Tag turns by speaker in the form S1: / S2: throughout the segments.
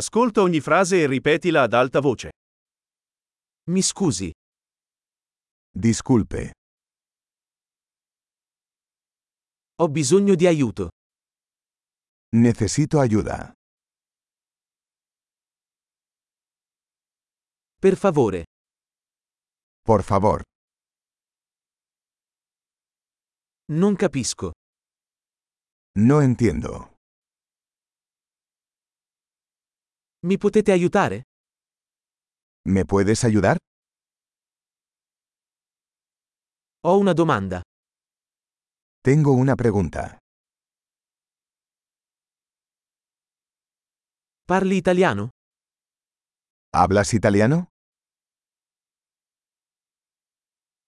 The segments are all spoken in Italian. S1: Ascolta ogni frase e ripetila ad alta voce. Mi scusi,
S2: Disculpe,
S1: ho bisogno di aiuto.
S2: necesito ayuda.
S1: Per favore,
S2: Por favor,
S1: non capisco.
S2: no entiendo.
S1: Mi potete aiutare?
S2: ¿Me puedes ayudar?
S1: Ho una domanda.
S2: Tengo una pregunta.
S1: Parli italiano?
S2: ¿Hablas italiano?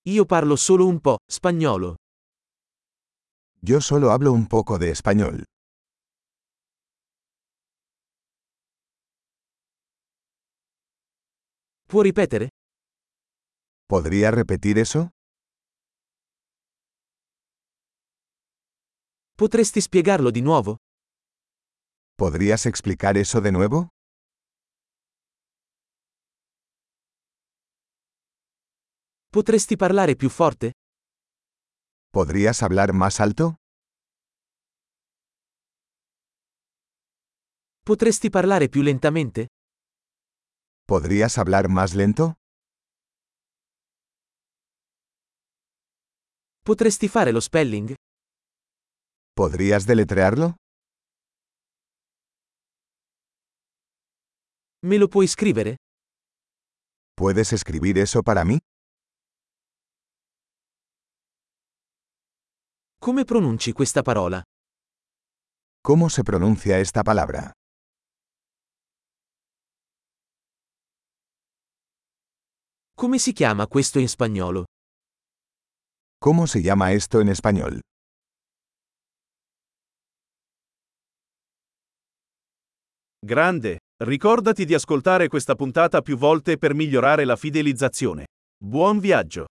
S1: Io parlo solo un po' spagnolo.
S2: Yo solo hablo un poco de español.
S1: Può ripetere?
S2: ¿Podría repetir eso?
S1: Potresti spiegarlo di nuovo?
S2: ¿Podrías explicar eso de nuevo?
S1: Potresti parlare più forte?
S2: ¿Podrías hablar más alto?
S1: Potresti parlare più lentamente?
S2: ¿Podrías hablar más lento?
S1: Potresti fare lo spelling?
S2: ¿Podrías deletrearlo?
S1: Me lo puoi scrivere?
S2: ¿Puedes escribir eso para mí?
S1: Come pronunci questa parola?
S2: ¿Cómo se pronuncia esta palabra?
S1: Come si chiama questo in spagnolo?
S2: ¿Cómo se llama esto en español?
S1: Grande, ricordati di ascoltare questa puntata più volte per migliorare la fidelizzazione. Buon viaggio!